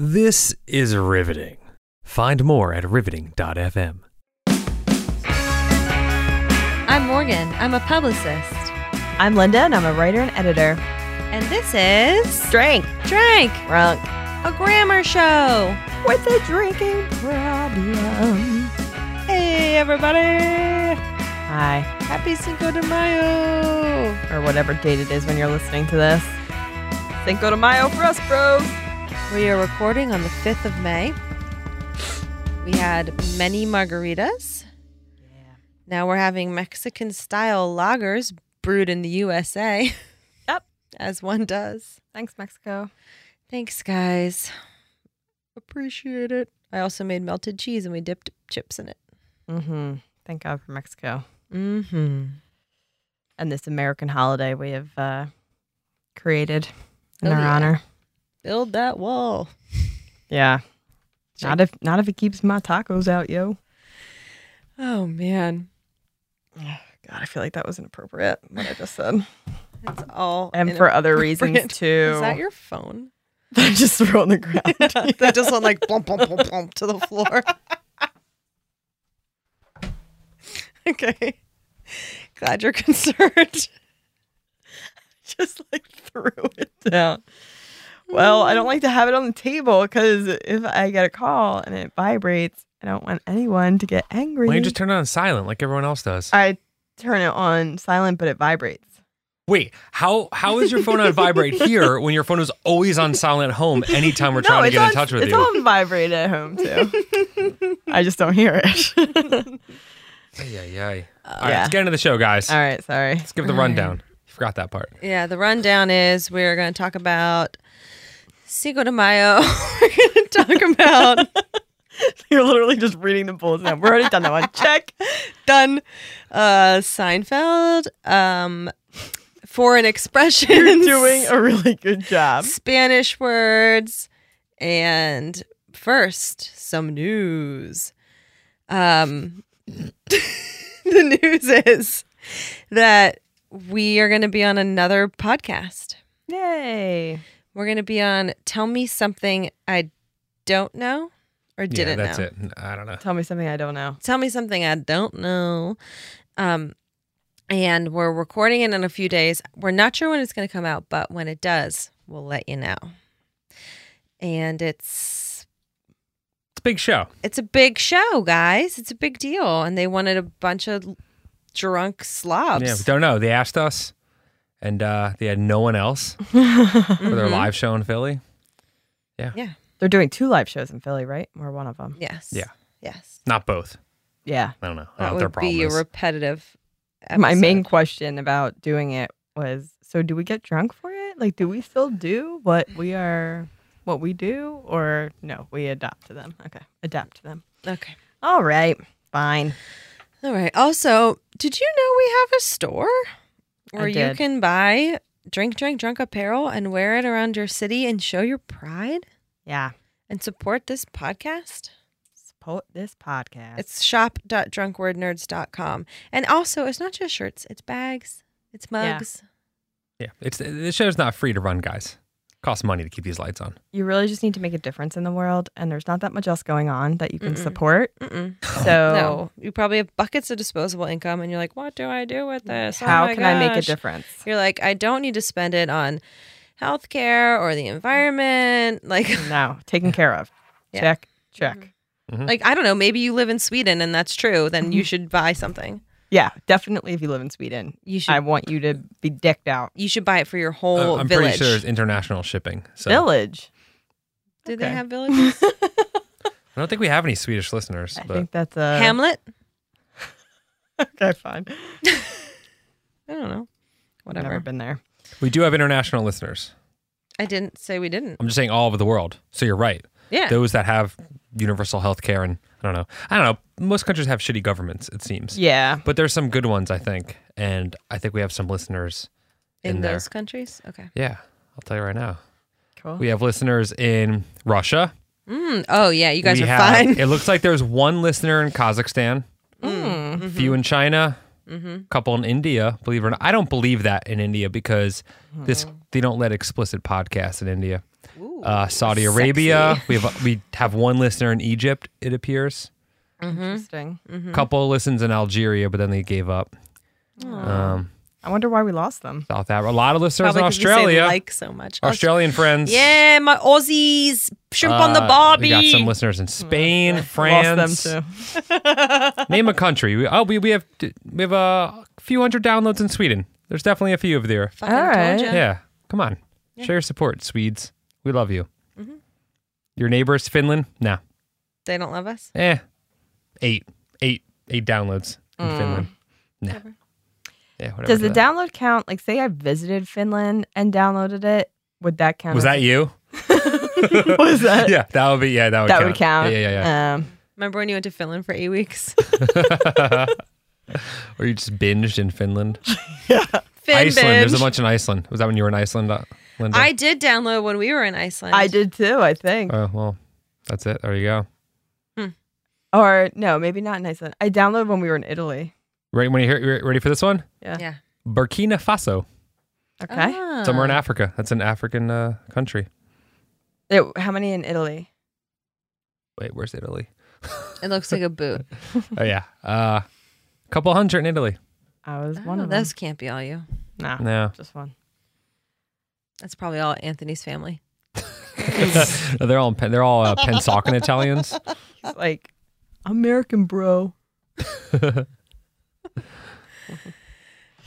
This is riveting. Find more at riveting.fm. I'm Morgan. I'm a publicist. I'm Linda, and I'm a writer and editor. And this is Drink, Drank, drunk a grammar show. with a drinking problem. Hey, everybody. Hi, Happy Cinco de Mayo. or whatever date it is when you're listening to this. Cinco de Mayo for us, bros. We are recording on the 5th of May. We had many margaritas. Now we're having Mexican style lagers brewed in the USA. Yep. As one does. Thanks, Mexico. Thanks, guys. Appreciate it. I also made melted cheese and we dipped chips in it. Mm-hmm. Thank God for Mexico Mm hmm. and this American holiday we have uh, created in Oh, our yeah. honor. Build that wall. Yeah. Check. Not if not if it keeps my tacos out, yo. Oh man, God, I feel like that was inappropriate what I just said, that's all. and for other reasons inappropriate. too. is that your phone? I just threw on the ground. that just went like plump plump plump plump to the floor. okay, glad you're concerned. just like threw it down. Well, I don't like to have it on the table because if I get a call and it vibrates, I don't want anyone to get angry. Why don't you just turn it on silent like everyone else does? I turn it on silent, but it vibrates. Wait, how how is your phone on vibrate here when your phone is always on silent at home anytime we're trying to it's get on, in touch with it's you? on vibrate at home too. I just don't hear it. Yeah, yeah. All right, Yeah. let's get into the show, guys. All right, sorry. Let's give the rundown. Forgot that part. Yeah, the rundown is we're going to talk about Cinco de Mayo. we're going to talk about You're literally just reading the bullets now. We're already done that one. Check. done uh, Seinfeld, um, foreign expressions, Doing a really good job. Spanish words, and first, some news. Um, the news is that we are going to be on another podcast. Yay. We're going to be on Tell Me Something I Don't Know or yeah, Didn't that's Know. it. I don't know. Tell me something I don't know. Tell Me Something I Don't Know. Um, and we're recording it in a few days. We're not sure when it's going to come out, but when it does, we'll let you know. And it's It's a big show. it's a big show, guys. It's a big deal, and they wanted a bunch of drunk slobs. Yeah, we don't know. They asked us, and uh, they had no one else for their Mhm. live show in Philly. They're doing two live shows in Philly, right? Or one of them. Yes. Yeah. Yes. Not both. Yeah. I don't know. I That don't know what would their problem be is. a repetitive. My main episode. question about doing it was so do we get drunk for it? Like do we still do what we are what we do or no, we adapt to them. Okay. Adapt to them. Okay. All right. Fine. All right. Also, did you know we have a store I where you did. can buy drink, drink, drunk apparel and wear it around your city and show your pride Yeah. and support this podcast? Support this podcast. It's shop.drunkwordnerds.com. And also, it's not just shirts, it's bags, it's Yeah. mugs. yeah, it's the show's not free to run, guys. costs money to keep these lights on. you really just need to make a difference in the world and there's not that much else going on that you can Mm-mm. support. Mm-mm. So No, you probably have buckets of disposable income, and you're like, what do I do with this? Oh how my can I make a gosh." difference? You're like, I don't need to spend it on healthcare or Mm. the environment. Like, No, taken care of. Yeah. Check, check. Mm-hmm. Mm-hmm. like I don't know. Maybe you live in Sweden, and that's true. Then you should buy something. Yeah, definitely if you live in Sweden. You should. I want you to be decked out. you should buy it for your I- whole Uh, I'm Oh, village. pretty sure it's international shipping. So Village. Do they okay. have villages? Uh, I don't think we have any Swedish listeners. I but think that's a Hamlet? Okay, fine. I don't know. Whatever. Whatever. Never been there. We do have international listeners. I didn't say we didn't. I'm just saying all over the world. So you're right. Yeah. Those that have universal health care and I don't know. I don't know. Most countries have shitty governments, it seems. Yeah. But there's some good ones, I think. And I think we have some listeners in in there. those countries. Okay. Yeah. I'll tell you right now. Cool. We have listeners in Russia. Mm, oh yeah, you guys we are have, fine. It looks like there's one listener in Kazakhstan, Mm. a few in China, couple in India, believe it or not. I don't believe that in India because this they don't let explicit podcasts in India. Ooh, uh, Saudi Arabia. We have we have one listener in Egypt. It appears hmm Interesting. Mm. a couple listens in Algeria, but then they gave up. Um, I wonder why we lost them. South Africa. A lot of listeners Probably in 'cause you say Australia. like so much. Australian friends. Yeah, my Aussies, shrimp on the Mm. Uh, barbie. We got some listeners in Spain, France. Lost them too. Name a country. We, oh, we, we have we have a few hundred downloads in Sweden. There's definitely a few of there. Fucking All told right. ya. Yeah. Come on. Share your support, Swedes. We love you. Mm-hmm. Your neighbors, Finland? Nah. They don't love us. Eh. Eight. Eight. Eight downloads in Finland. Nah. Yeah, whatever. Mm. Does the that- download count? Like, say I visited Finland and downloaded it. Would that count? Was that you? you? Was that? Yeah, that would be yeah, that would Uh, that count. would count. Yeah, yeah, yeah. Um, Remember when you went to Finland for eight weeks? Uh. or you just binged in Finland. Fin Iceland. There's a binge. bunch in Iceland. Was that when you were in Iceland, uh, Linda? I did download when we were in Iceland. I did too. I think. Oh, well, that's it. There you go. Or no, maybe not in Iceland. I downloaded when we were in Italy. Ready when you hear re- ready for this one? Yeah. Yeah. Burkina Faso. Okay. Somewhere in Ah. Africa. That's an African uh, country. It- how many in Italy? Wait, where's Italy? It looks like a boot. Oh yeah. Uh couple hundred in Italy. I was one Oh, of those can't be all you. them. Nah, No. just one. That's probably all Anthony's family. No, they're all Pen- they're all uh, Pensacolan Italians. He's like American bro.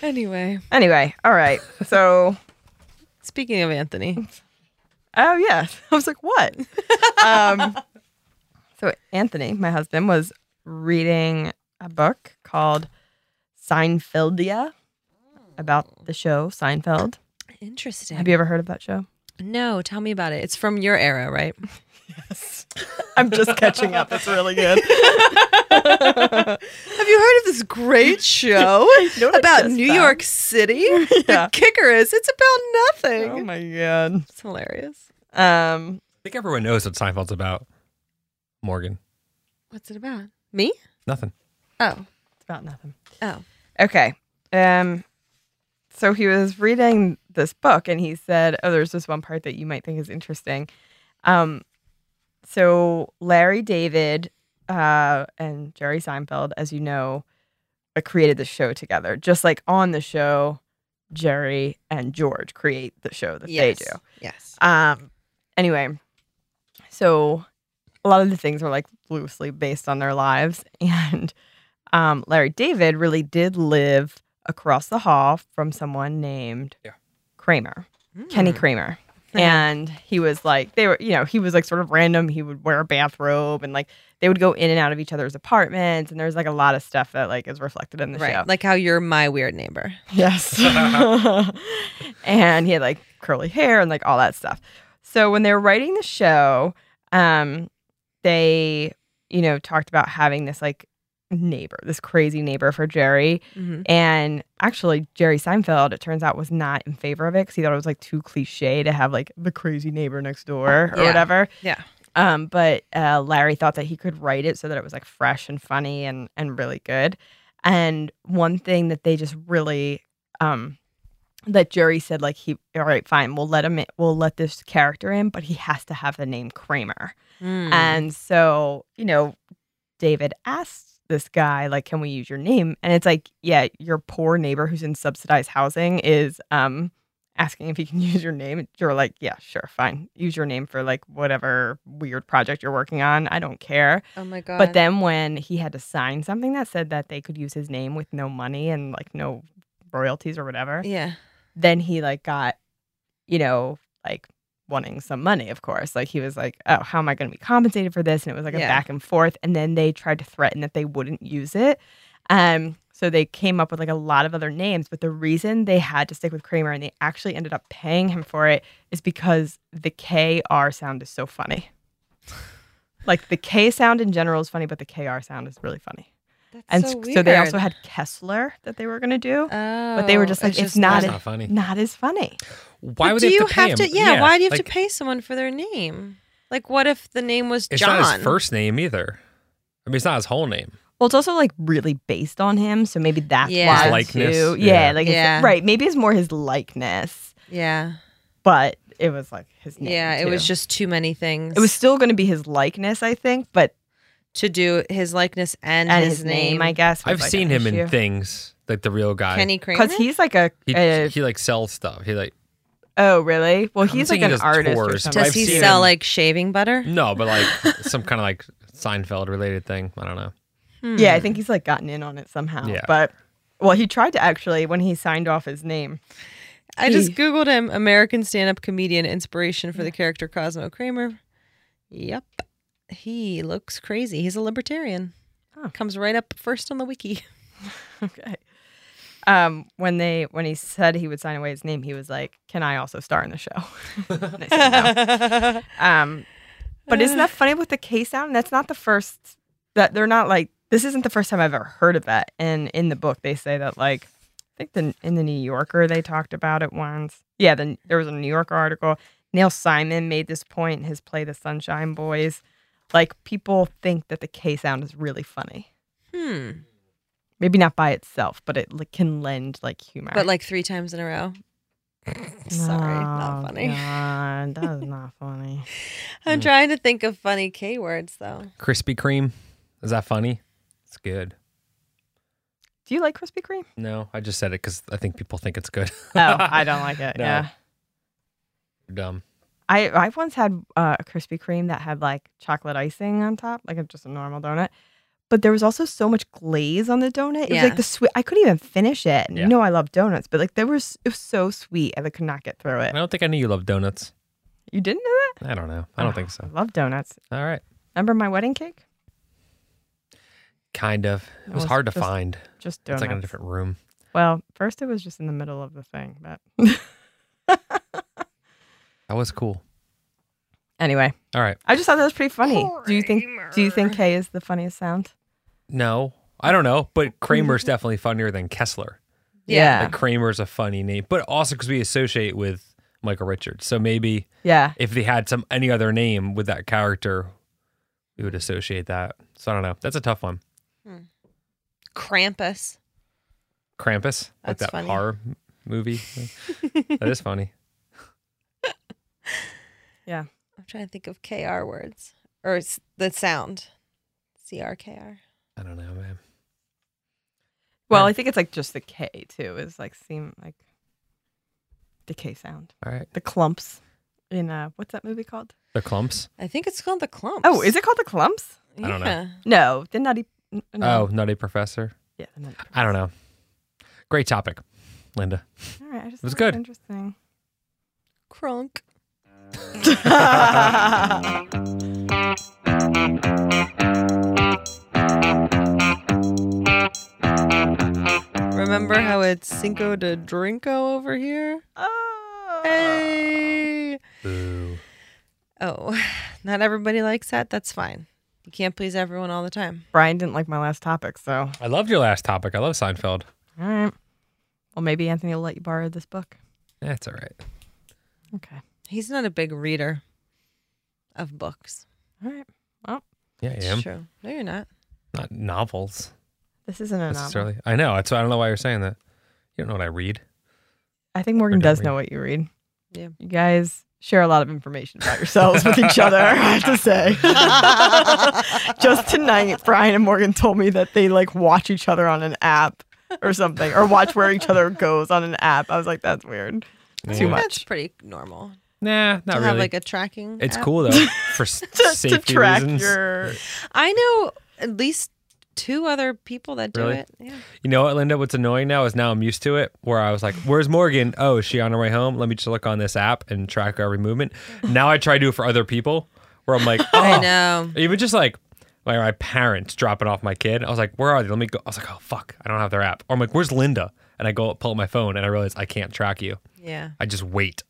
Anyway, Anyway, all right. So, speaking of Anthony, oh yeah, I was like, what? um, so Anthony, my husband, was reading a book called Seinfeldia about the show Seinfeld. interesting. Have you ever heard of that show? no, tell me about it. It's from your era, right? I'm just catching up. It's really good. Have you heard of this great show noticed about this New fact. York City? Yeah. The kicker is it's about nothing. Oh my god. It's hilarious. Um, I think everyone knows what Seinfeld's about. Morgan. What's it about? Me? Nothing. Oh. it's about nothing. Oh. Okay. Um, so he was reading this book and he said, Oh, there's this one part that you might think is interesting. Um, so Larry David uh, and Jerry Seinfeld, as you know, uh, created the show together. Just like on the show, Jerry and George create the show that they do. Yes. Um, anyway, so a lot of the things were like loosely based on their lives, and um, Larry David really did live across the hall from someone named Yeah. Kramer, Hmm. Kenny Mm. Kramer. And he was like, they were, you know, he was like sort of random. He would wear a bathrobe and like they would go in and out of each other's apartments. And there's like a lot of stuff that like is reflected in the Right. show. Like how you're my weird neighbor. Yes. and he had like curly hair and like all that stuff. So when they were writing the show, um, they, you know, talked about having this like neighbor, this crazy neighbor for Jerry. Mm-hmm. And actually, Jerry Seinfeld, it turns out, was not in favor of it because he thought it was like too cliche to have like the crazy neighbor next door or Oh, Yeah. whatever. Yeah. Um, but uh, Larry thought that he could write it so that it was like fresh and funny and and really good. And one thing that they just really um that Jerry said like he all right fine we'll let him in, we'll let this character in but he has to have the name Kramer. Mm. And so, you know, David asked this guy, like, can we use your name? And it's like, yeah, your poor neighbor who's in subsidized housing is um asking if he can use your name. And You're like, yeah, sure, fine. Use your name for like whatever weird project you're working on. I don't care. oh my god. But then when he had to sign something that said that they could use his name with no money and like no royalties or whatever, yeah. then he like got, you know, like wanting some money, of course. Like he was like, oh, how am I going to be compensated for this? And it was like a Yeah. back and forth. And then they tried to threaten that they wouldn't use it. Um, so they came up with like a lot of other names, but the reason they had to stick with Kramer and they actually ended up paying him for it is because the KR sound is so funny. like the K sound in general is funny, but the KR sound is really funny. That's And so, s- so they also weird. had Kessler that they were going to do. Oh, they were just like, it's not That's a- not Uh, funny. Not as funny. Why But would do they you have to pay him? Yeah, why do you have like, to pay someone for their name? Like, what if the name was It's John? not his first name either. I mean, it's not his whole name. Well, it's also like really based on him, so maybe that's Yeah. why His likeness, too. yeah. Yeah, like it's- Yeah. right. Maybe it's more his likeness, Yeah. but it was like his name. yeah, it too. was just too many things. It was still going to be his likeness, I think, but to do his likeness and, and his, name. I guess. was, I've like, seen an him issue. in things like the real guy. Kenny Kramer. because he's like a, he, uh, a- he like sells stuff. He like oh really? Well, I'm he's like thinking an he does artist. Or tours, but something. Does I've he seen sell him. like shaving butter? no, but like some kind of like Seinfeld related thing. I don't know. Hmm. Yeah, I think he's like gotten in on it somehow. Yeah. But well, he tried to actually when he signed off his name. I just He- googled him. American stand-up comedian inspiration for the character Cosmo Kramer. Yep, he looks crazy. He's a libertarian. Oh. Comes right up first on the wiki. okay. Um, when they when he said he would sign away his name, he was like, "Can I also star in the show?" And I said, no. Um, but isn't that funny with the K sound? That's not the first that they're not like this isn't the first time I've ever heard of that. And in the book, they say that like I think the in the New Yorker they talked about it once. Yeah, then there was a New Yorker article. Neil Simon made this point in his play The Sunshine Boys. Like people think that the K sound is really funny hmm. maybe not by itself, but it like, can lend like humor. But like three times in a row. Sorry, not No, funny. Oh, God, that is not funny. I'm Hmm. Mm. trying to think of funny K words though. Krispy Kreme. Is that funny? It's good. Do you like Krispy Kreme? No, I just said it because I think people think it's good. Oh, I don't like it. No. Yeah, Dumb. I I once had uh, a Krispy Kreme that had like chocolate icing on top, like a- just a normal donut. But there was also so much glaze on the donut. It was Yeah. like the sweet. I couldn't even finish it. Yeah. No, I love donuts, but like there was it was so sweet, and I could not get through I it. don't think I knew you loved donuts. You didn't know that? I don't know. I don't Oh, think I so. love donuts. All right. Remember my wedding cake? Kind of. It It was was hard to just find. Just It's donuts. like in a different room. Well, first it was just in the middle of the thing, but That was cool. anyway. All right. I just thought that was pretty funny. Do you think do you think K is the funniest sound? No, I don't know, but Kramer's definitely funnier than Kessler. Yeah. Like Kramer's a funny name, but also because we associate with Michael Richards. So maybe Yeah. if they had some any other name with that character, we would associate that. So I don't know. That's a tough one. Krampus. Krampus, like That's that funny. horror m- movie. that is funny. I'm trying to think of KR words or s- the sound. CRKR. I don't know, man. Well, Yeah. I think it's like just the K too. Is like seem like the K sound. All right. The clumps in uh what's that movie called? The clumps. I think it's called the clumps. Oh, is it called the clumps? Yeah. I don't know. No, the nutty n- Oh, no. Nutty Professor. Yeah, the nutty. I don't know. Great topic, Linda. All right, I It just was thought good. interesting. Crunk. Remember how it's Cinco de Drinko over here? Oh. Hey. Boo. Oh, not everybody likes that. That's fine. You can't please everyone all the time. Brian didn't like my last topic, so I loved your last topic. I love Seinfeld. all right. Well, maybe Anthony will let you borrow this book. That's all right. Okay. He's not a big reader of books. All right. Yeah, I It's am. true. No, you're not. Not novels This isn't a novel. necessarily. I know. That's why I don't know why you're saying that. You don't know what I read. I think Morgan don't does read. know what you read. Yeah. You guys share a lot of information about yourselves with each other, I have to say. Just tonight, Brian and Morgan told me that they like watch each other on an app or something, or watch where each other goes on an app. I was like, that's weird. Too Yeah. much. That's pretty normal. Nah, not to have really. like a tracking. it's app. cool though for s- Just to safety track reasons. your. I know at least two other people that do Really? it. Yeah. You know what, Linda? What's annoying now is now I'm used to it. Where I was like, "Where's Morgan? Oh, is she on her way home? Let me just look on this app and track her every movement." Now I try to do it for other people, where I'm like, "Oh, I know. Even just like like my parents dropping off my kid, I was like, "Where are they?" Let me go. I was like, "Oh fuck, I don't have their app." Or I'm like, "Where's Linda?" And I go pull up my phone, and I realize I can't track you. Yeah. I just wait.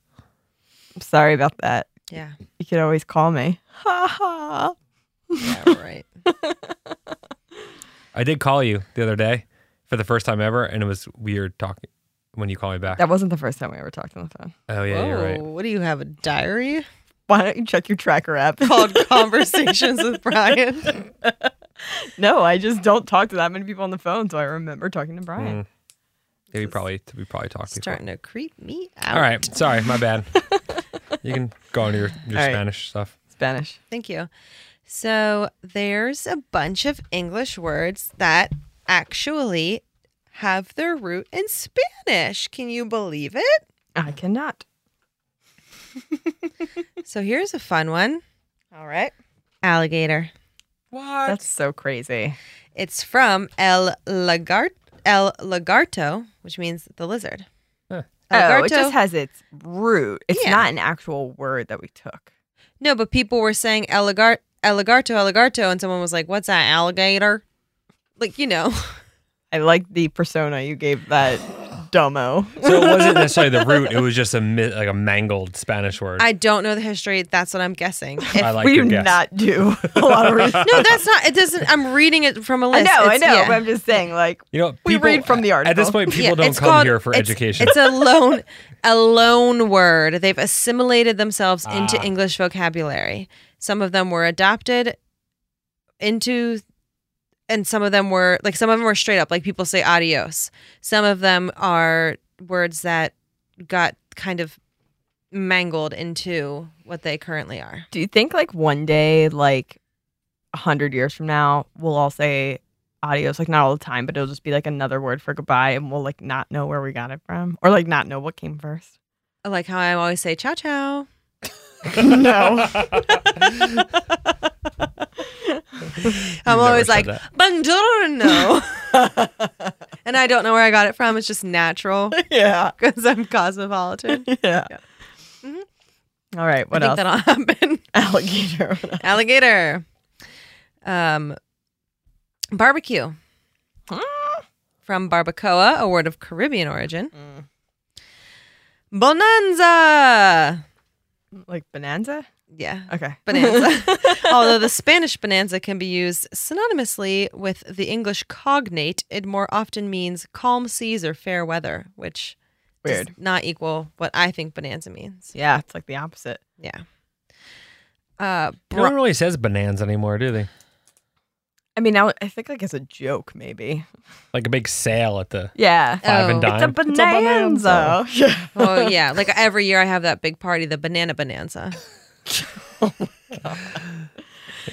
I'm sorry about that. Yeah. You could always call me. Ha ha. Yeah, right. I did call you the other day for the first time ever, and it was weird talking when you call me back. That wasn't the first time we ever talked on the phone. oh yeah, you're right. What do you have? A diary Why don't you check your tracker app? called Conversations with Brian? no, I just don't talk to that many people on the phone, so I remember talking to Brian. Mm. Yeah, we probably we probably talked before. Starting to creep me out. All right, sorry, my bad. You can go on to your, your All right. Spanish stuff. Spanish. Thank you. So there's a bunch of English words that actually have their root in Spanish. Can you believe it? I cannot. So here's a fun one. All right. Alligator. What? That's so crazy. It's from El Lagart El Lagarto, which means the lizard. Huh. Oh, it just has its root. It's Yeah. not an actual word that we took. no, but people were saying El Lagar- El Lagarto, El Lagarto, and someone was like, "What's that alligator?" Like you know, I like the persona you gave that dumbo. so it wasn't necessarily the root. It was just a mi- like a mangled Spanish word. I don't know the history. That's what I'm guessing. If- I like we your do guess. not do a lot of research. no, that's not. It doesn't. I'm reading it from a I list. know, I It's- know, yeah. but I'm just saying, like, you know, We people- read from the At this article. point, people Yeah, don't it's come called- here for it's- education. It's a loan, a loan word. They've assimilated themselves into Ah. English vocabulary. Some of them were adopted into, and some of them were like some of them were straight up. Like people say adios. Some of them are words that got kind of mangled into what they currently are. do you think like one day, like a hundred years from now, we'll all say adios, like not all the time, but it'll just be like another word for goodbye, and we'll like not know where we got it from, or like not know what came first. Like how I always say ciao ciao. no, I'm never always like said buongiorno, and I don't know where I got it from. It's just natural yeah, because I'm cosmopolitan. yeah. Mhm. All right, what I else? think that'll happen. Alligator. what else? Alligator. Um, barbecue Hmm. from barbacoa, a word of Caribbean origin. Mm. Bonanza. Like bonanza. Yeah, Okay, bonanza. Although the Spanish bonanza can be used synonymously with the English cognate, it more often means calm seas or fair weather, which does Weird. not equal what I think bonanza means. Yeah, it's like the opposite. Yeah. Uh, no one really says bonanza anymore, do they? I mean, now I think like as a joke, maybe. Like a big sale at the Yeah. five and Oh. dime. bonanza. Yeah. Oh yeah, like every year I have that big party, the banana bonanza.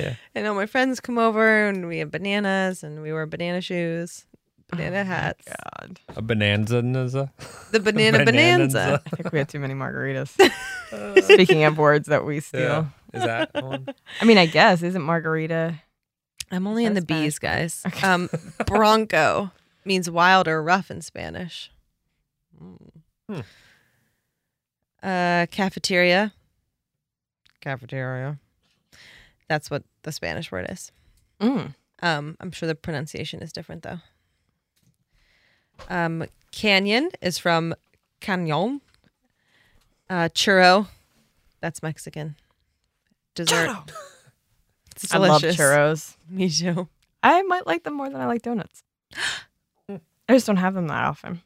Yeah. And all my friends come over, and we have bananas, and we wear banana shoes, banana hats, God. a bonanza. nza? the banana bonanza. I think we had too many margaritas. Speaking of words that we steal. Yeah. Is that one? I mean, I guess isn't margarita? I'm only in the That's bad. bees, guys. Okay. Um, bronco means wild or rough in Spanish. Hmm. Uh, cafeteria. Cafeteria. That's what the Spanish word is. Mm. Um, I'm sure the pronunciation is different though. Um, canyon is from Canyon. Uh, churro, that's Mexican dessert. It's I love delicious. churros. Me too. I might like them more than I like donuts. I just don't have them that often.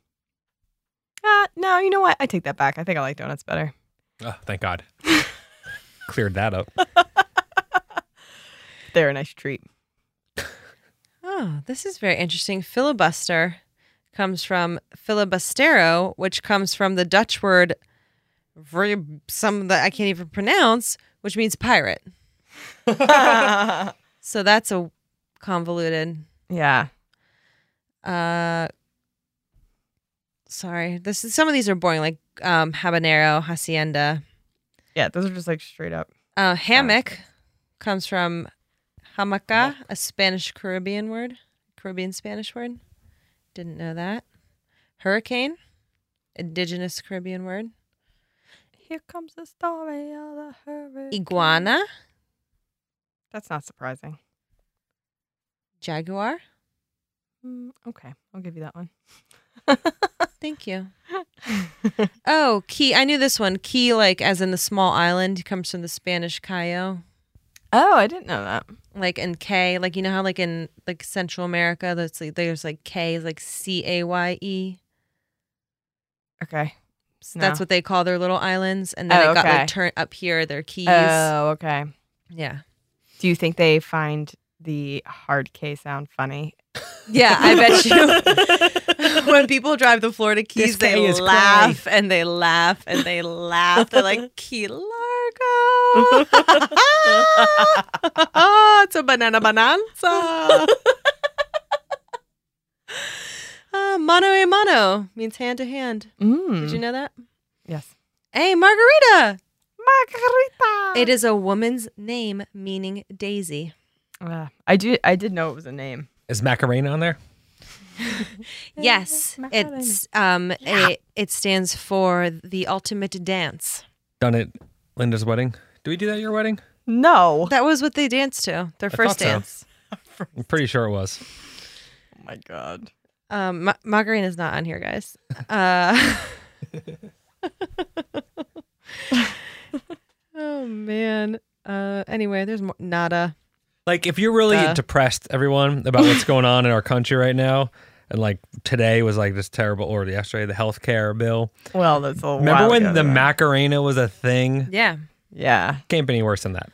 Uh, no, you know what? I take that back. I think I like donuts better. Oh, thank God. Cleared that up. They're a nice treat. Oh, this is very interesting. Filibuster comes from filibustero, which comes from the Dutch word ver- some that I can't even pronounce, which means pirate. yeah. So that's a convoluted Uh, sorry. This is some of these are boring, like um, habanero, hacienda, Yeah, those are just like straight up. uh, hammock comes from hamaca, a Spanish Caribbean word, Caribbean Spanish word. Didn't know that. Hurricane, indigenous Caribbean word. Here comes the story of the hurricane. Iguana, That's not surprising. jaguar. Mm, okay, I'll give you that one. Thank you. Oh, key. I knew this one. Key, like as in the small island, comes from the Spanish cayo. oh, I didn't know that. like in K, like you know how like in like Central America, that's like there's like K is like C A Y E. Okay. So That's No. what they call their little islands, and then Oh, it got okay. like turned up here. Their keys, Oh, okay. yeah. Do you think they find the hard K sound funny? Yeah, I bet you. when people drive the Florida Keys, guy they is laugh and they laugh and they laugh. They're like Key Largo. it's a banana bonanza. uh, mano a mano means hand to hand. Mm. Did you know that? Yes. Hey, Margarita. Margarita. It is a woman's name meaning Daisy. Uh, I do. I did know it was a name. Is Macarena on there? Yes, Macarena. it's um, a, it stands for the ultimate dance. Done at Linda's wedding. Do we do that at your wedding? No. That was what they danced to. Their first thought so. dance. I'm pretty sure it was. Oh my god. Um, Ma- Margarina's not on here, guys. Uh, oh man. Uh, anyway, there's more. Nada. Like, if you're really Duh. depressed, everyone, about what's going on in our country right now, and like today was like this terrible, or yesterday, the health care bill. Well, that's a little. Remember while when ago, the though. Macarena was a thing? Yeah. Yeah. Can't be any worse than that.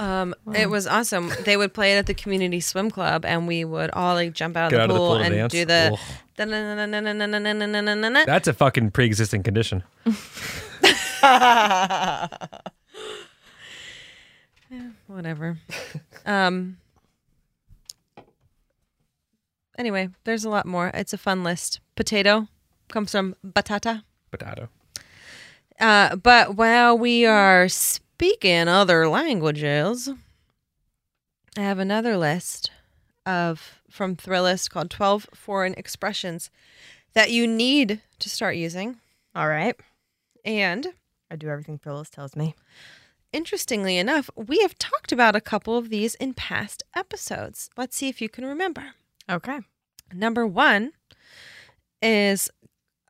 Um, it was awesome. They would play it at the community swim club, and we would all like jump out of, Get the, out of the pool pool to and dance. do the. Ugh. da-na-na-na-na-na-na-na-na-na-na-na. That's a fucking pre existing condition. whatever. um. Anyway, there's a lot more. It's a fun list. Potato comes from batata. Potato. Uh, but while we are speaking other languages, I have another list of from Thrillist called 12 foreign expressions that you need to start using. All right. And I do everything Phyllis tells me. interestingly enough, we have talked about a couple of these in past episodes. Let's see if you can remember. Okay. Number one is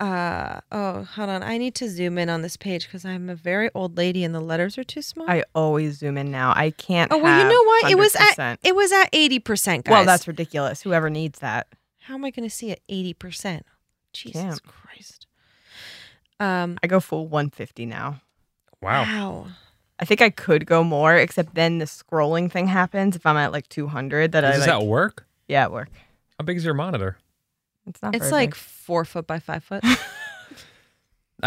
uh oh hold on i need to zoom in on this page because i'm a very old lady and the letters are too small I always zoom in now. I can't. oh well you know what have it was at 100%. it was at 80% guys Well, that's ridiculous. Whoever needs that. how am i going to see it 80% jesus Can't. christ um I go full 150 now. Wow. wow. I think I could go more, except then the scrolling thing happens. If I'm at like 200, that Is I this like, at work? yeah, at work. How big is your monitor? It's not. it's very like big. four foot by five foot I,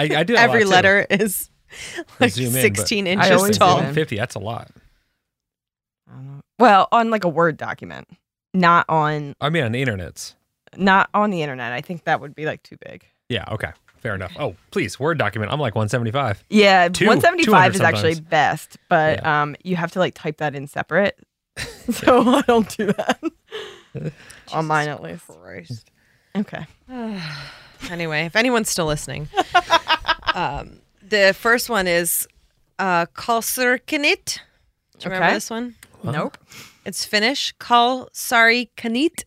I do that a lot, every too. letter is like Zoom in, but 16 I It's inches always tall zoom in. 50. That's a lot. I don't know. well on like a Word document, not on I mean, on the internet's. not on the internet. I think that would be like too big. Yeah. Okay. Fair enough. Oh, please, Word document. I'm like 175. Yeah, Two- 175 is 200 actually sometimes. best, but um, you have to like type that in separate. So I don't do that on mine at least. Christ. Okay. anyway, if anyone's still listening, um, the first one is uh, Kalsarkinit. Do you remember Okay. this one? Nope. It's Finnish. Kalsarikinit.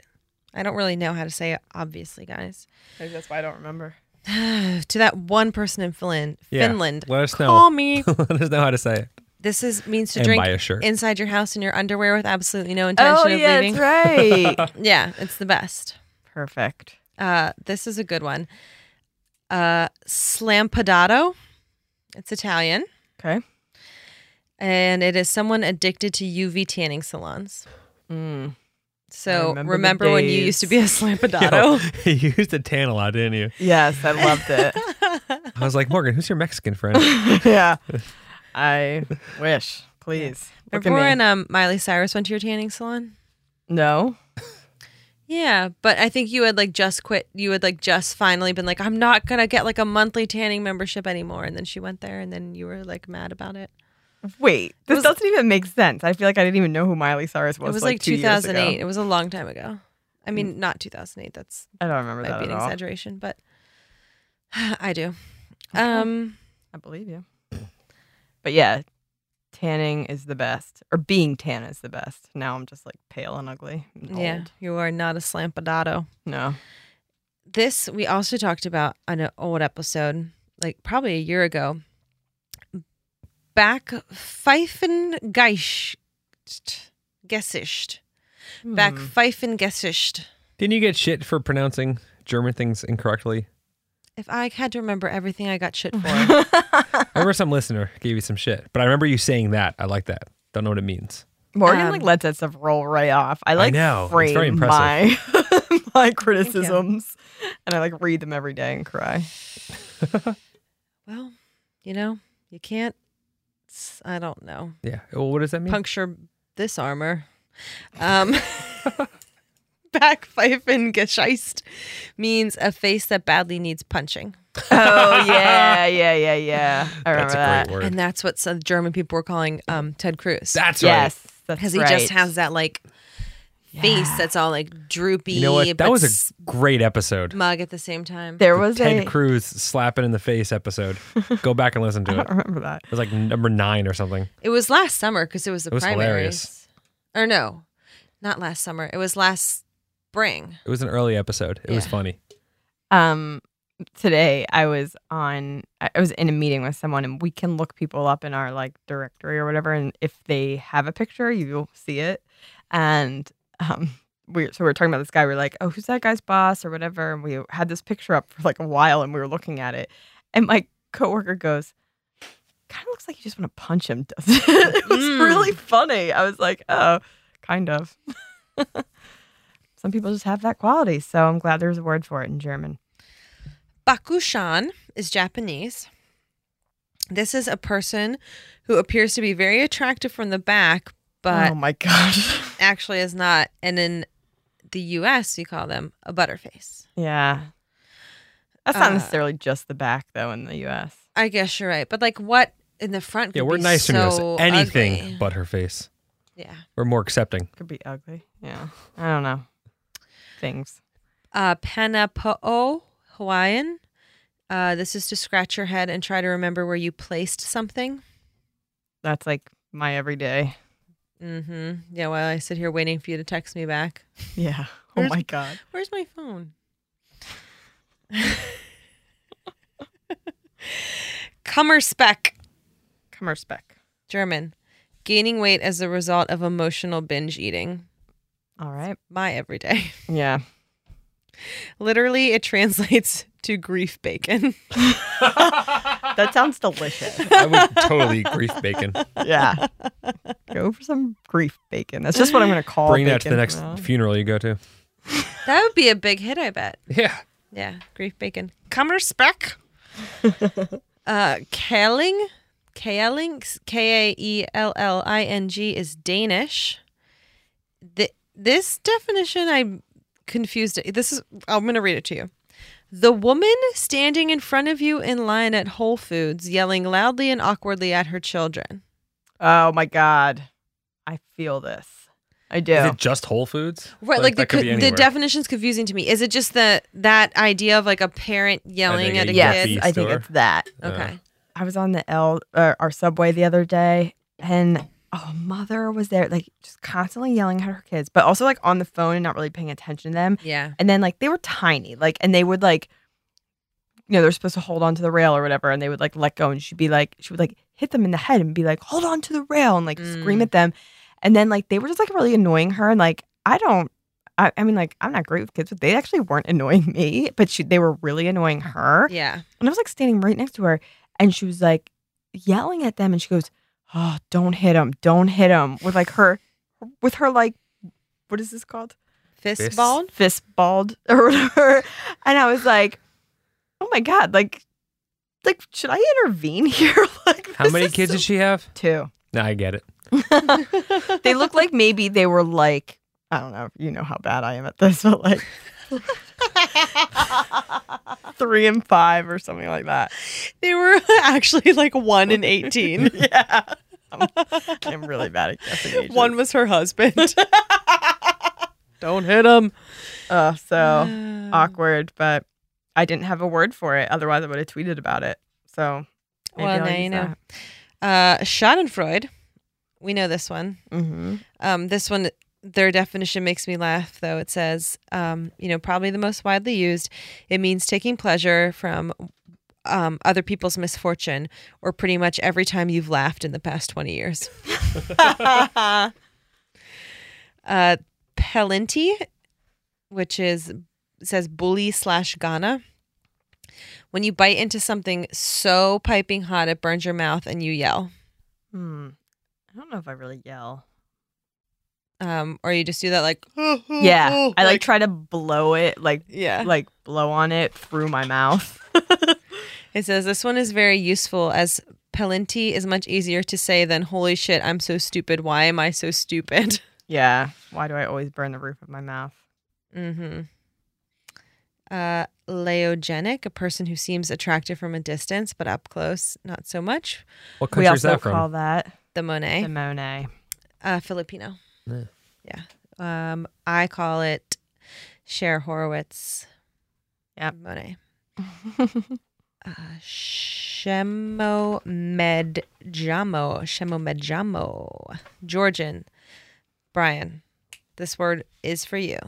I don't really know how to say it, obviously, guys. Maybe that's why I don't remember. to that one person in Finland, Yeah, Finland, let us know. call me. Let us know how to say it. This is means to And drink buy a shirt. inside your house in your underwear with absolutely no intention Oh of yeah, leaving. that's right. Yeah, it's the best. Perfect. Uh, this is a good one. Uh, slampadato. It's Italian, Okay. and it is someone addicted to UV tanning salons. Mm. So remember remember, the when you used to be a slampadato? Yo, you used to tan a lot, didn't you? Yes, I loved it. I was like, Morgan, who's your Mexican friend? yeah. I wish. Please. Look at Remember when me. um, Miley Cyrus went to your tanning salon? No. Yeah, but I think you had like just quit. You had like just finally been like, I'm not gonna get like a monthly tanning membership anymore. And then she went there, and then you were like mad about it. Wait. This was- doesn't even make sense. I feel like I didn't even know who Miley Cyrus was. it was like, like two years ago. 2008. It was a long time ago. I mean, not 2008. That's I don't remember might that be at an all. exaggeration, but I do. Um, I believe you. But yeah, tanning is the best, or being tan is the best. Now I'm just like pale and ugly. and yeah, old. you are not a slampadato. No. This we also talked about on an uh, old episode, like probably a year ago. Back Pfeifen Geist Gesicht. Back Mm. Hmm. Pfeifen Gesicht. didn't you get shit for pronouncing German things incorrectly? If I had to remember everything I got shit for, I remember some listener gave you some shit, but I remember you saying that. I like that. Don't know what it means. Morgan Um, like lets that stuff roll right off. I like know. It's frame very impressive. my my criticisms, and I like read them every day and cry. Mm-hmm. Well, you know, you can't. s- I don't know. Yeah. Well, what does that mean? Puncture this armor. Um, backpfeifen gescheißt means a face that badly needs punching, Oh yeah, yeah, yeah, yeah. I remember That's a great that. word. and that's what some German people were calling um, Ted Cruz That's right. Yes, that's because he right. just has that like face Yeah. that's all like droopy. You know what? That but was a great episode. smug at the same time. There The was Ted a. Cruz slapping in the face episode. Go back and listen I to it. don't remember that. It was like number nine or something. It was last summer because it was the It was primaries. Or no, not last summer. It was last spring. It was an early episode. It was Yeah. funny. um today i was on i I was in a meeting with someone and we can look people up in our like directory or whatever and if they have a picture you'll see it and um we so we are talking about this guy we are like oh who's that guy's boss or whatever and we had this picture up for like a while and we were looking at it and my coworker goes kind of looks like you just want to punch him doesn't it it was Mm. really funny i was like oh kind of some people just have that quality so i'm glad there's a word for it in german Bakushan is Japanese. This is a person who appears to be very attractive from the back, but oh my gosh. actually is not. And in the US, we call them a butterface. yeah. That's not Uh, necessarily just the back though in the US. I guess you're right. But like what in the front? Yeah, could we're be nice in so US. Anything ugly? but her face. Yeah. We're more accepting. Could be ugly. Yeah. I don't know. Things. Uh, Panapo'o, Hawaiian. Uh, this is to scratch your head and try to remember where you placed something. That's like my everyday. hmm Yeah, while I sit here waiting for you to text me back. Yeah. Oh Where's- my god. Where's my phone? Kummerspeck, Come spec. German. Gaining weight as a result of emotional binge eating. All right. My everyday. Yeah. Literally, it translates to grief bacon. That sounds delicious. I would totally eat grief bacon. yeah. Go for some grief bacon. That's just what I'm gonna call Bring that to the bacon next from now on. funeral you go to. That would be a big hit, I bet. Yeah. Yeah, grief bacon. Kummerspeck. uh, Kaling. Kaling. K A E L L I N G is Danish. Th- this definition, I'm confused. This is, I'm going to read it to you. The woman standing in front of you in line at Whole Foods yelling loudly and awkwardly at her children. Oh my god. I feel this. I do. Is it just Whole Foods? Right, like, that could the, co- be the anywhere. definition's confusing to me. Is it just the that idea of like a parent yelling think at a it- yes, kid? Yuppie I think store. it's that. Uh, Okay. I was on the L uh, our subway the other day, and oh, mother was there, like just constantly yelling at her kids, but also like on the phone and not really paying attention to them. Yeah. And then like they were tiny, like, and they would like, you know, they're supposed to hold on to the rail or whatever, and they would like let go, and she'd be like, she would like hit them in the head and be like, hold on to the rail and like scream Mm. at them, and then like they were just like really annoying her, and like I don't. I, I mean, like, I'm not great with kids, but they actually weren't annoying me, but she, they were really annoying her. Yeah. And I was like standing right next to her, and she was like yelling at them, and she goes, "Oh, don't hit him! Don't hit him!" With like her, with her like, what is this called? Fist Fist. balled. Fist balled or whatever. And I was like, "Oh my god! Like, like should I intervene here? like, How this many is kids so- did she have? Two. Nah, I get it. They look like maybe they were like, I don't know. if You know how bad I am at this, but like three and five or something like that. they were actually like one and 18. Yeah." I'm, I'm really bad at guessing ages. one was her husband. Don't hit him. Oh, so awkward, but I didn't have a word for it. Otherwise, I would have tweeted about it. So, maybe Well, I'll now you use know. that. Uh, Schadenfreude. We know this one. Mhm. Um, this one, their definition makes me laugh, though. It says, um, you know, probably the most widely used. It means taking pleasure from um, other people's misfortune or pretty much every time you've laughed in the past 20 years. Mm-hmm. uh, Pelinti, which is says bully slash Ghana. When you bite into something so piping hot it burns your mouth and you yell. Hmm. I don't know if I really yell. um, or you just do that like Yeah. I like try to blow it like yeah. like blow on it through my mouth. It says this one is very useful as Pelenti is much easier to say than holy shit, I'm so stupid. Why am I so stupid? Yeah. Why do I always burn the roof of my mouth? Mm-hmm. Uh, leogenic, a person who seems attractive from a distance, but up close, not so much. What we country is also that call from? that The Monet, the Monet. uh, Filipino. Yeah. Yeah. Um, I call it Cher Horowitz. Yep. Monet. Uh, Shemo Medjamo. Shemo Medjamo. Georgian. Brian, this word is for you.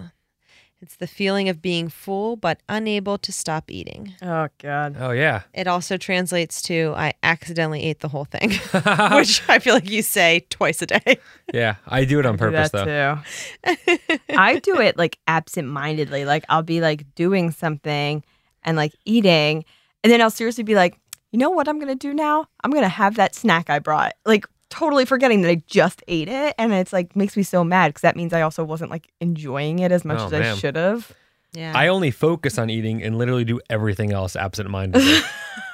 It's the feeling of being full but unable to stop eating. oh God. Oh yeah. It also translates to I accidentally ate the whole thing, Oh. which I feel like you say twice a day. yeah, I do it on Do purpose that though. too. I do it like absent-mindedly. Like I'll be like doing something and like eating, and then I'll seriously be like, you know what I'm gonna do now? I'm gonna have that snack I brought. Like totally forgetting that I just ate it, and it's like makes me so mad because that means I also wasn't like enjoying it as much Oh, as I man. should have. yeah. I only focus on eating and literally do everything else absent-mindedly.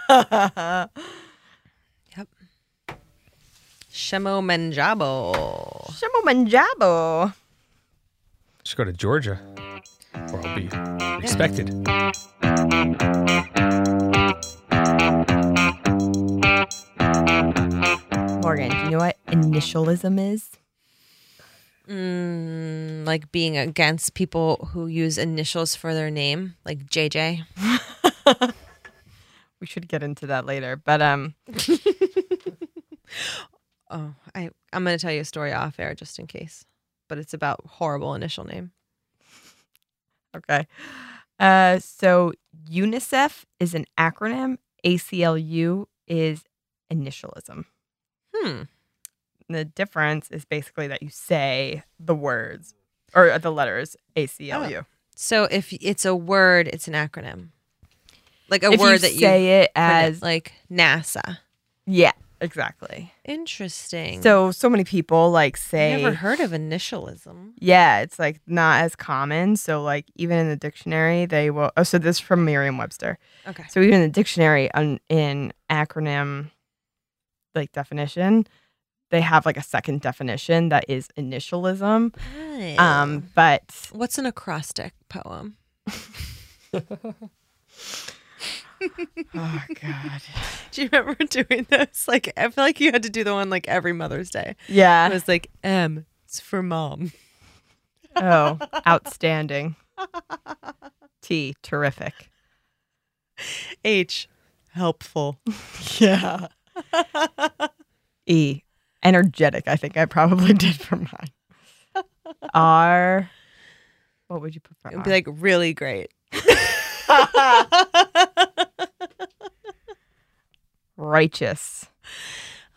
Shemo Menjabo. Shamo manjabo. Just go to Georgia, where I'll be respected. Morgan, do you know what initialism is? Mm, like being against people who use initials for their name, like JJ. We should get into that later, but um, Oh, I I'm gonna tell you a story off air just in case, but it's about horrible initial name. Okay. Uh, so UNICEF is an acronym. ACLU is initialism. Hmm. The difference is basically that you say the words or the letters ACLU. So if it's a word, it's an acronym, like a if word you that you say it pronounce, as like NASA. yeah, exactly. Interesting. So so many people like say never heard of initialism. Yeah, it's like not as common. So like even in the dictionary, they will. Oh, so this is from Merriam-Webster. Okay. So even in the dictionary, un, in acronym like definition, they have like a second definition that is initialism. Um, but what's an acrostic poem? oh god, Do you remember doing this? Like I feel like you had to do the one like every Mother's Day. I yeah, was like, M, it's for mom. oh, outstanding. T, terrific. H, helpful. Yeah. e, energetic. I think I probably did for mine. R, what would you prefer? It would R? be like really great. righteous.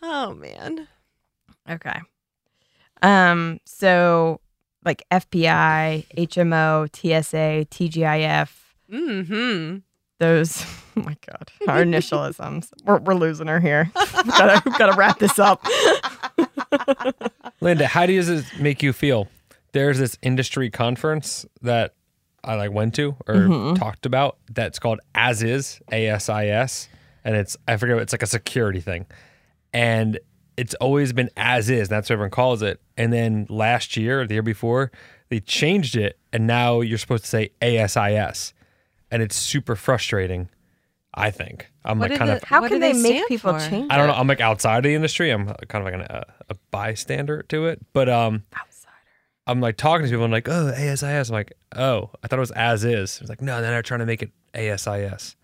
Oh man. Okay. Um. So, like FBI, HMO, TSA, TGIF. Mm-hmm. Those. Oh my God. Our initialisms. We're, we're losing her here. We've gotta, we've gotta wrap this up. Linda, how does this make you feel? There's this industry conference that I like went to or Mhm. talked about that's called As Is ASIS, and it's I forget it's like a security thing, and it's always been As Is. And that's what everyone calls it. And then last year, or the year before, they changed it, and now you're supposed to say ASIS, and it's super frustrating. I think I'm What like did kind the- of How What can do they, they make stand people for? change? I don't it? know. I'm like outside of the industry. I'm uh, kind of like an, a, a bystander to it. But um, Outsider. I'm like talking to people. I'm like, oh, ASIS. I'm like, oh, I thought it was as is. It's like, no, they're trying to make it ASIS.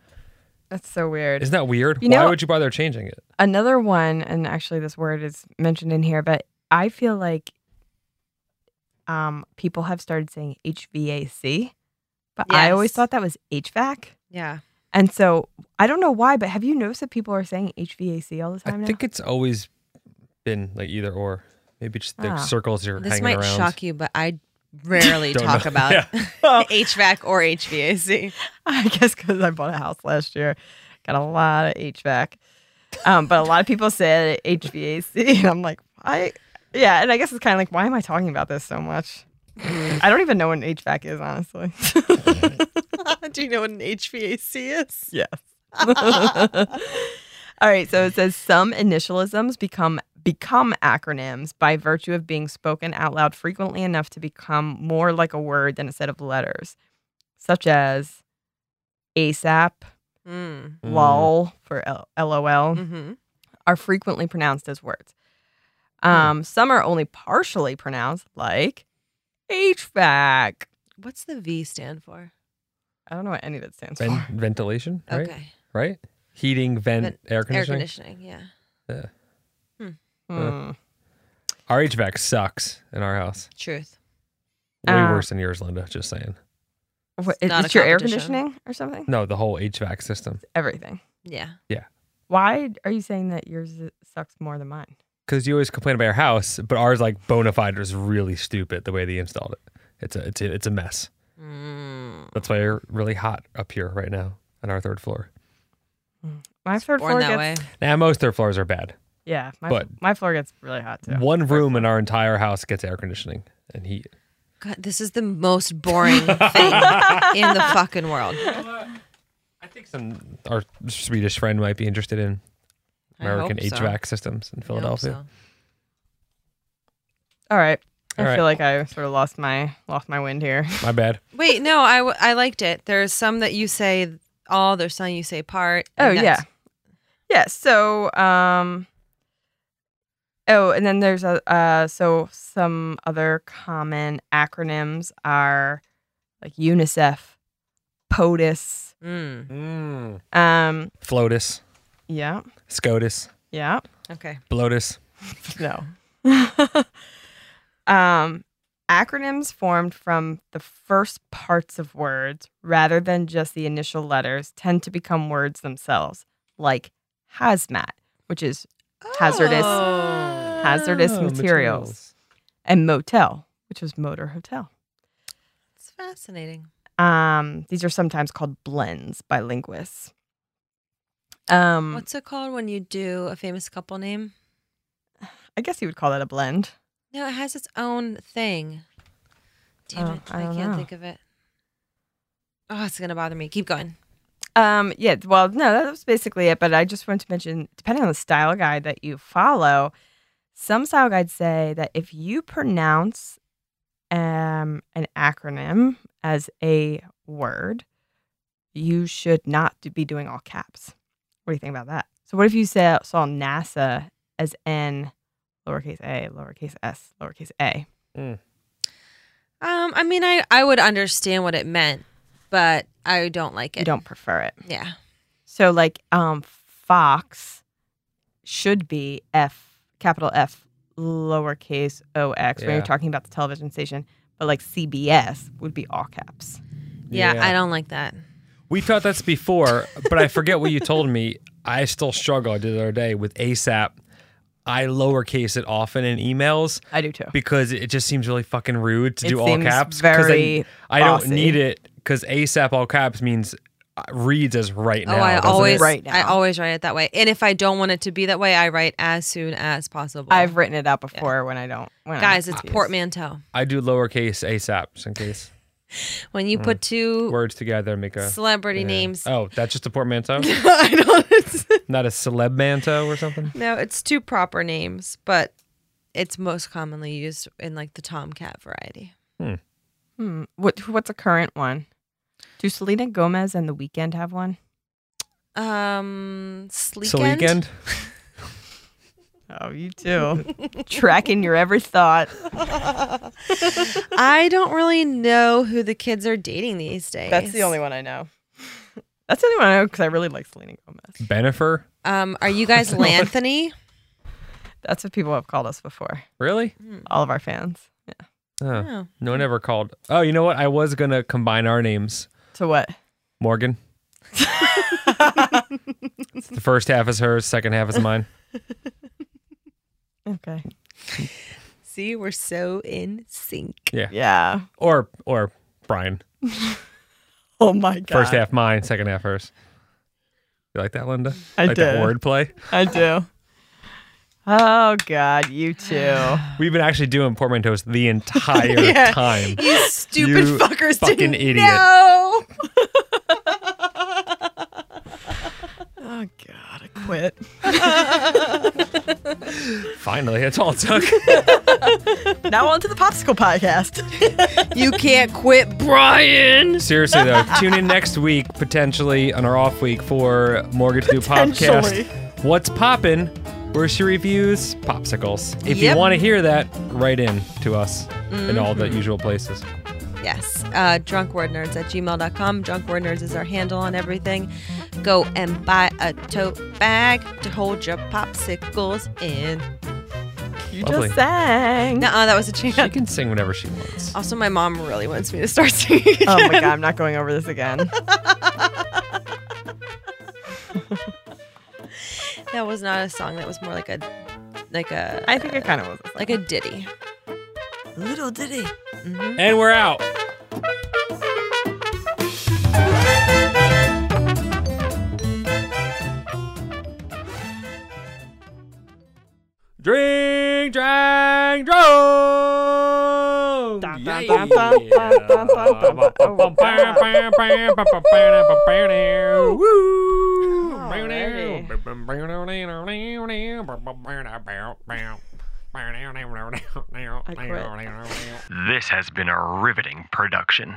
That's so weird. Isn't that weird? You Why know- would you bother changing it? another one and actually this word is mentioned in here but i feel like um people have started saying hvac but i always Yes. thought that was hvac Yeah. and so i don't know why but have you noticed that people are saying hvac all the I time now think it's always been like either or. Maybe just the Ah. circles you're This hanging might around. shock you, but I rarely Don't talk know. about Yeah. HVAC or HVAC. i guess because i bought a house last year got a lot of hvac um but a lot of people said hvac and i'm like i Yeah, and I guess it's kind of like, why am I talking about this so much? Mm. I don't even know what an HVAC is, honestly. Do you know what an HVAC is? yes. All right, so it says some initialisms become become acronyms by virtue of being spoken out loud frequently enough to become more like a word than a set of letters, such as ASAP, Mm. LOL for L- LOL. hmm Um, are frequently pronounced as words. Um, Some are only partially pronounced, like HVAC. What's the V stand for? I don't know what any of it stands Ven- for. ventilation, right? Okay. Right? Heating, vent, Vent- air Air conditioning. conditioning. Yeah. Hmm. Our HVAC sucks in our house. Truth. Way Uh, worse than yours, Linda. Just saying. What, It's is not it a your air competition. conditioning or something? No, the whole HVAC system. Everything. Yeah. Why are you saying that yours sucks more than mine? Because you always complain about your house, but ours like bona fide was really stupid the way they installed it. It's a it's a, it's a mess. Mm. That's why you're really hot up here right now on our third floor. My third Born floor that gets way. Now most third floors are bad. yeah, my, But- my floor gets really hot too. One room in our entire house gets air conditioning and heat. God, this is the most boring thing in the fucking world. I think some our Swedish friend might be interested in I hope American so. HVAC systems in I hope Philadelphia. so. All right. All I right. feel like I sort of lost my lost my wind here. My bad. Wait, no, I, w- I liked it. There's some that you say all, there's some you say part. Oh and yeah, that's- yeah. So um, oh, and then there's a uh, so some other common acronyms are like UNICEF, POTUS. Mm, Um, Flotus, yeah, SCOTUS, yeah. okay. bloatus. No. um, acronyms formed from the first parts of words rather than just the initial letters tend to become words themselves, like hazmat, which is Hazardous- Oh, hazardous Oh, materials. and motel, which is motor hotel. It's fascinating. Um, these are sometimes called blends by linguists. Um, What's it called when you do a famous couple name? I guess you would call that a blend. No, it has its own thing. Damn Oh, it. I I, don't can't know. think of it. Oh, it's going to bother me. Keep going. Um, yeah, well, no, that was basically it. But I just wanted to mention, depending on the style guide that you follow, some style guides say that if you pronounce um, an acronym as a word, you should not do- be doing all caps. What do you think about that? So, what if you sa- saw NASA as N, lowercase a, lowercase s, lowercase a? Um, I mean, I, I would understand what it meant, but I don't like it. You don't prefer it. Yeah. So like um Fox should be F capital F lowercase O X when Yeah. you're talking about the television station. But like CBS would be all caps. yeah. I don't like that. We taught this before, but I forget what you told me. I still struggle. I did the other day with ASAP. I lowercase it often in emails I do too. because it just seems really fucking rude to It do all seems caps. 'cause very I, I don't bossy. need it because ASAP all caps means uh, reads as right now. oh, I doesn't it? always Right I now. always write it that way. And if I don't want it to be that way, I write as soon as possible. I've written it out before when I don't. Ah, When I'm Guys, it's confused. portmanteau. I do lowercase ASAP just in case When you put two words together make a celebrity Mm. yeah. names, Oh, that's just a portmanteau, I don't. It's, not a celeb manteau or something. no, it's two proper names, but it's most commonly used in like the tomcat variety. Hmm. What what's a current one? Do Selena Gomez and The Weeknd have one? Um, So sleekend. weekend. Oh, you too. Tracking your every thought. I don't really know who the kids are dating these days. That's the only one I know. That's the only one I know because I really like Selena Gomez. Benifer. Um, are you guys Lanthony? That's what people have called us before. Really? All of our fans. Yeah. Oh. Oh. No one ever called. Oh, you know what? I was gonna combine our names. To what? Morgan. the first half is hers. Second half is mine. Okay. See, we're so in sync. Yeah. Or or Brian. Oh my god. First half mine. Second half hers. You like that, Linda? I like that did. wordplay. I do. Oh God, you too. We've been actually doing portmanteaus the entire Yeah. time. You stupid You fuckers fucking didn't idiot. know. Oh God, I quit. Finally, that's all it took. now on to the popsicle podcast. You can't quit, Brian. Seriously though, tune in next week potentially on our off week for Mortgage Do Potentially. Podcast. What's poppin'? Where she reviews popsicles. If Yep. you want to hear that, write in to us in all the usual places. Yes. Uh, drunkwordnerds at gmail.com. Drunkwordnerds is our handle on everything. Go and buy a tote bag to hold your popsicles in. You Lovely. just sang. Nuh that was a chant. She can sing whenever she wants. Also, my mom really wants me to start singing. Oh my again. God, I'm not going over this again. That was not a song. That was more like a, like a, I think it kind of was. a song. like a ditty. little ditty. And we're out. Drink, drag, drone. Dun, Yeah. dun, dun, dun, dun, dun, dun, dun, dun, Woo. Alrighty. This has been a riveting production.